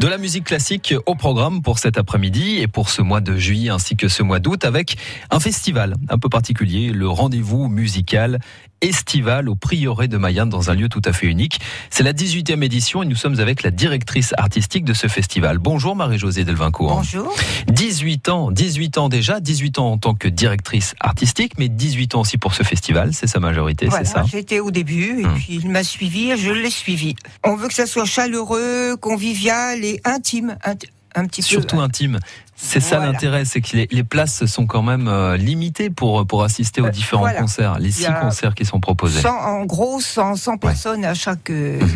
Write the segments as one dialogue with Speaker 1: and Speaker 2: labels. Speaker 1: De la musique classique au programme pour cet après-midi et pour ce mois de juillet ainsi que ce mois d'août avec un festival un peu particulier, le rendez-vous musical estival au Prieuré de Mayenne dans un lieu tout à fait unique. C'est la 18e édition et nous sommes avec la directrice artistique de ce festival. Bonjour Marie-Josée Delvincourt.
Speaker 2: Bonjour.
Speaker 1: 18 ans, 18 ans déjà, 18 ans en tant que directrice artistique, mais 18 ans aussi pour ce festival, c'est sa majorité,
Speaker 2: Voilà,
Speaker 1: c'est ça
Speaker 2: J'étais au début et
Speaker 1: Hmm.
Speaker 2: puis il m'a suivi et je l'ai suivi. On veut que ça soit chaleureux, convivial et intime. int- un petit
Speaker 1: Surtout
Speaker 2: peu.
Speaker 1: intime. C'est ça
Speaker 2: Voilà.
Speaker 1: l'intérêt, c'est que les, les places sont quand même euh, limitées pour, pour assister aux
Speaker 2: Euh,
Speaker 1: différents
Speaker 2: voilà.
Speaker 1: concerts, les
Speaker 2: Il y
Speaker 1: six
Speaker 2: a
Speaker 1: concerts qui sont proposés.
Speaker 2: 100, en gros, 100, 100 personnes à chaque. euh,
Speaker 1: Hmm.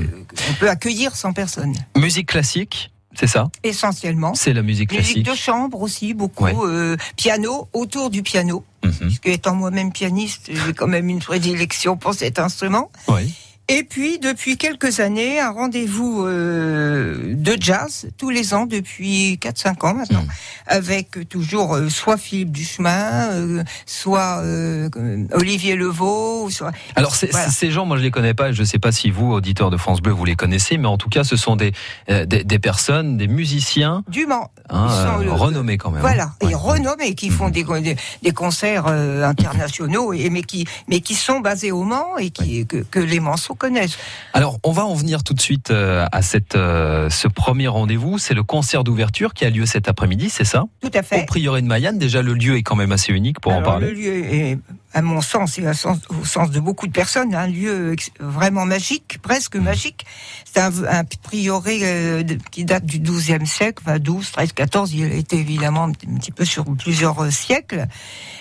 Speaker 2: on peut accueillir 100 personnes,
Speaker 1: Musique classique, c'est ça
Speaker 2: essentiellement.
Speaker 1: C'est la musique
Speaker 2: Musique
Speaker 1: classique.
Speaker 2: de chambre aussi, beaucoup.
Speaker 1: Ouais.
Speaker 2: euh, piano, autour du piano.
Speaker 1: Mhm.
Speaker 2: Parce que, étant moi-même pianiste, j'ai quand même une prédilection pour cet instrument.
Speaker 1: Oui.
Speaker 2: Et puis, depuis quelques années, un rendez-vous euh, de jazz, tous les ans, depuis 4-5 ans maintenant,
Speaker 1: Mm.
Speaker 2: avec euh, toujours euh, soit Philippe Duchemin, euh, soit euh, euh, Olivier Levaux, soit...
Speaker 1: Alors c'est-
Speaker 2: Voilà.
Speaker 1: c'est- ces gens, moi je les connais pas, je ne sais pas si vous, auditeurs de France Bleu, vous les connaissez, mais en tout cas ce sont des, euh, des, des personnes, des musiciens
Speaker 2: du Mans.
Speaker 1: hein,
Speaker 2: Ils sont,
Speaker 1: euh,
Speaker 2: euh,
Speaker 1: renommés quand même.
Speaker 2: Voilà,
Speaker 1: Ouais. Hmm.
Speaker 2: et renommés qui font des, des, des concerts euh, internationaux, et, mais, qui, mais qui sont basés au Mans et qui, que, que les Manceaux connaissent.
Speaker 1: Alors, on va en venir tout de suite euh, à cette, euh, ce premier rendez-vous. C'est le concert d'ouverture qui a lieu cet après-midi, c'est ça
Speaker 2: Tout à fait.
Speaker 1: Au Prieuré de Mayenne, déjà le lieu est quand même assez unique pour en
Speaker 2: Alors,
Speaker 1: parler.
Speaker 2: Le lieu est, à mon sens et à sens- au sens de beaucoup de personnes, un lieu ex- vraiment magique, presque
Speaker 1: Mm.
Speaker 2: magique. C'est un, un prieuré euh, de- qui date du XIIe siècle, enfin 12, 13, 14. Il a été évidemment un petit- un petit peu sur plusieurs euh, siècles.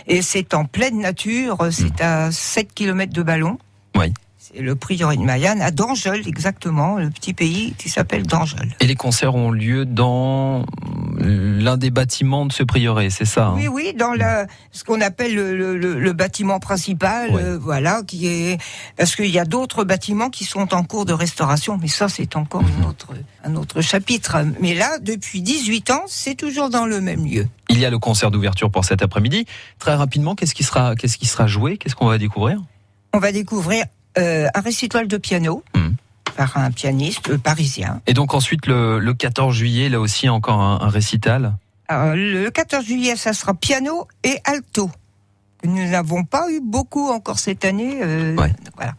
Speaker 2: Et c'est en pleine nature, euh, c'est à 7 km de ballon.
Speaker 1: Mm. Oui.
Speaker 2: C'est le prieuré de Mayenne, à Dangeul, exactement, le petit pays qui s'appelle Dangeul.
Speaker 1: Et les concerts ont lieu dans l'un des bâtiments de ce prieuré, c'est ça hein
Speaker 2: Oui, oui, dans la, ce qu'on appelle le, le- le- le bâtiment principal,
Speaker 1: Ouais.
Speaker 2: euh, voilà, qui est parce qu'il y a d'autres bâtiments qui sont en cours de restauration, mais ça c'est encore
Speaker 1: Mm-hmm.
Speaker 2: une autre, un autre chapitre. Mais là, depuis 18 ans, c'est toujours dans le même lieu.
Speaker 1: Il y a le concert d'ouverture pour cet après-midi. Très rapidement, qu'est-ce qui sera, qu'est-ce qui sera joué Qu'est-ce qu'on va découvrir
Speaker 2: On va découvrir euh, un récital de piano
Speaker 1: Mhm.
Speaker 2: par un pianiste euh, parisien.
Speaker 1: Et donc ensuite, le, le 14 juillet, là aussi, encore un, un récital.
Speaker 2: Alors, le 14 juillet, ça sera piano et alto. Nous n'avons pas eu beaucoup encore cette année. euh,
Speaker 1: Ouais.
Speaker 2: Voilà,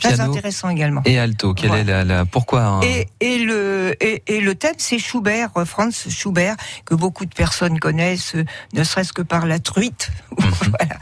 Speaker 2: très
Speaker 1: Piano
Speaker 2: intéressant également.
Speaker 1: Et alto, quelle
Speaker 2: Ouais.
Speaker 1: est la, la- pourquoi hein un-
Speaker 2: Et, et le, et, et le thème, c'est Schubert, euh, Franz Schubert, que beaucoup de personnes connaissent, euh, ne serait-ce que par la truite.
Speaker 1: Hum,
Speaker 2: Voilà.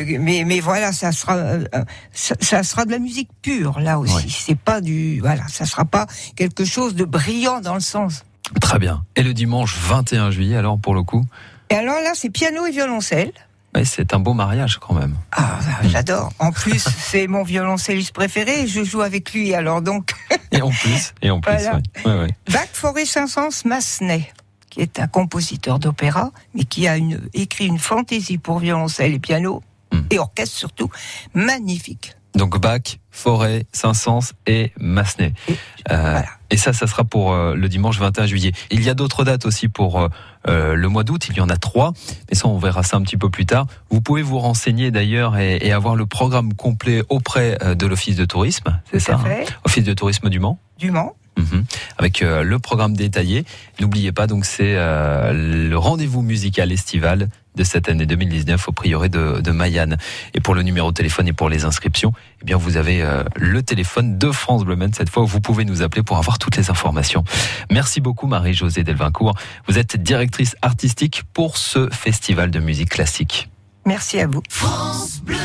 Speaker 2: Euh, mais, mais voilà, ça sera, euh, euh, ça, ça sera de la musique pure, là aussi.
Speaker 1: Ouais.
Speaker 2: C'est pas du, voilà, ça sera pas quelque chose de brillant dans le sens.
Speaker 1: Très bien. Et le dimanche 21 juillet, alors pour le coup,
Speaker 2: Et alors là, c'est piano et violoncelle.
Speaker 1: ouais, c'est un beau mariage quand même.
Speaker 2: Ah, bah, j'adore. En plus, c'est mon violoncelliste préféré et je joue avec lui. Alors donc,
Speaker 1: Et en plus, et en plus,
Speaker 2: Voilà.
Speaker 1: ouais. Ouais, ouais.
Speaker 2: Bach Forêt Saint-Saëns Massenet, qui est un compositeur d'opéra, mais qui a une- écrit une fantaisie pour violoncelle et piano,
Speaker 1: Hmm.
Speaker 2: et orchestre surtout, magnifique.
Speaker 1: Donc Bach, Forêt, Saint-Saëns et Massenet.
Speaker 2: Et-
Speaker 1: Euh,
Speaker 2: voilà.
Speaker 1: Et ça, ça sera pour euh, le dimanche 21 juillet. Il y a d'autres dates aussi pour euh, euh, le mois d'août. Il y en a trois, mais ça, on verra ça un petit peu plus tard. Vous pouvez vous renseigner d'ailleurs et, et avoir le programme complet auprès euh, de l'Office de tourisme, c'est
Speaker 2: Tout
Speaker 1: ça
Speaker 2: à
Speaker 1: hein
Speaker 2: fait.
Speaker 1: Office de tourisme du Mans
Speaker 2: Du Mans.
Speaker 1: Mhm. Avec euh, le programme détaillé. N'oubliez pas, donc c'est euh, le rendez-vous musical estival de cette année 2019 au prieuré de, de Mayenne. Et pour le numéro de téléphone et pour les inscriptions, eh bien vous avez euh, le téléphone de France Bleu Maine cette fois où vous pouvez nous appeler pour avoir toutes les informations. Merci beaucoup Marie-Josée Delvincourt. Vous êtes directrice artistique pour ce festival de musique classique.
Speaker 2: Merci à vous.
Speaker 3: France Bleu.